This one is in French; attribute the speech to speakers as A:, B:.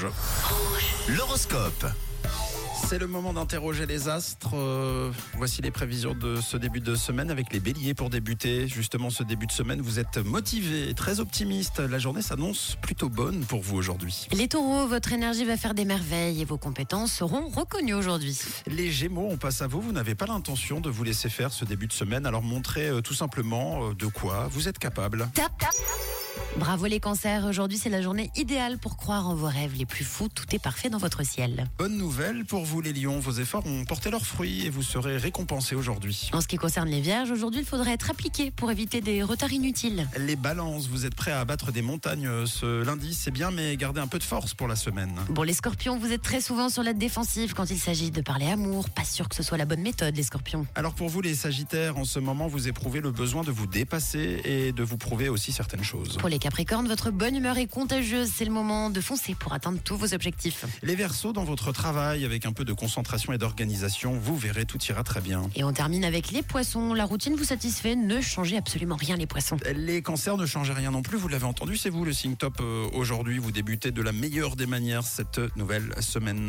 A: rouge.
B: L'horoscope.
A: C'est le moment d'interroger les astres. Euh, voici les prévisions de ce début de semaine avec les béliers pour débuter. Justement, ce début de semaine, vous êtes motivé, très optimiste. La journée s'annonce plutôt bonne pour vous aujourd'hui.
C: Les taureaux, votre énergie va faire des merveilles et vos compétences seront reconnues aujourd'hui.
A: Les gémeaux, on passe à vous. Vous n'avez pas l'intention de vous laisser faire ce début de semaine. Alors montrez euh, tout simplement euh, de quoi vous êtes capable.
C: Tap, tap. Bravo les cancers, aujourd'hui c'est la journée idéale pour croire en vos rêves les plus fous, tout est parfait dans votre ciel.
A: Bonne nouvelle pour vous les lions. Vos efforts ont porté leurs fruits et vous serez récompensés aujourd'hui.
C: En ce qui concerne les vierges, aujourd'hui il faudrait être appliqué pour éviter des retards inutiles.
A: Les balances, vous êtes prêts à abattre des montagnes euh, ce lundi, c'est bien, mais gardez un peu de force pour la semaine.
C: Bon les scorpions, vous êtes très souvent sur la défensive quand il s'agit de parler amour, pas sûr que ce soit la bonne méthode les scorpions.
A: Alors pour vous les Sagittaires, en ce moment, vous éprouvez le besoin de vous dépasser et de vous prouver aussi certaines choses.
C: Pour les capricornes, votre bonne humeur est contagieuse, c'est le moment de foncer pour atteindre tous vos objectifs.
A: Les Verseaux, dans votre travail, avec un peu de concentration et d'organisation, vous verrez, tout ira très bien.
C: Et on termine avec les poissons, la routine vous satisfait, ne changez absolument rien les poissons.
A: Les cancers ne changent rien non plus, vous l'avez entendu, c'est vous le signe top euh, aujourd'hui, vous débutez de la meilleure des manières cette nouvelle semaine.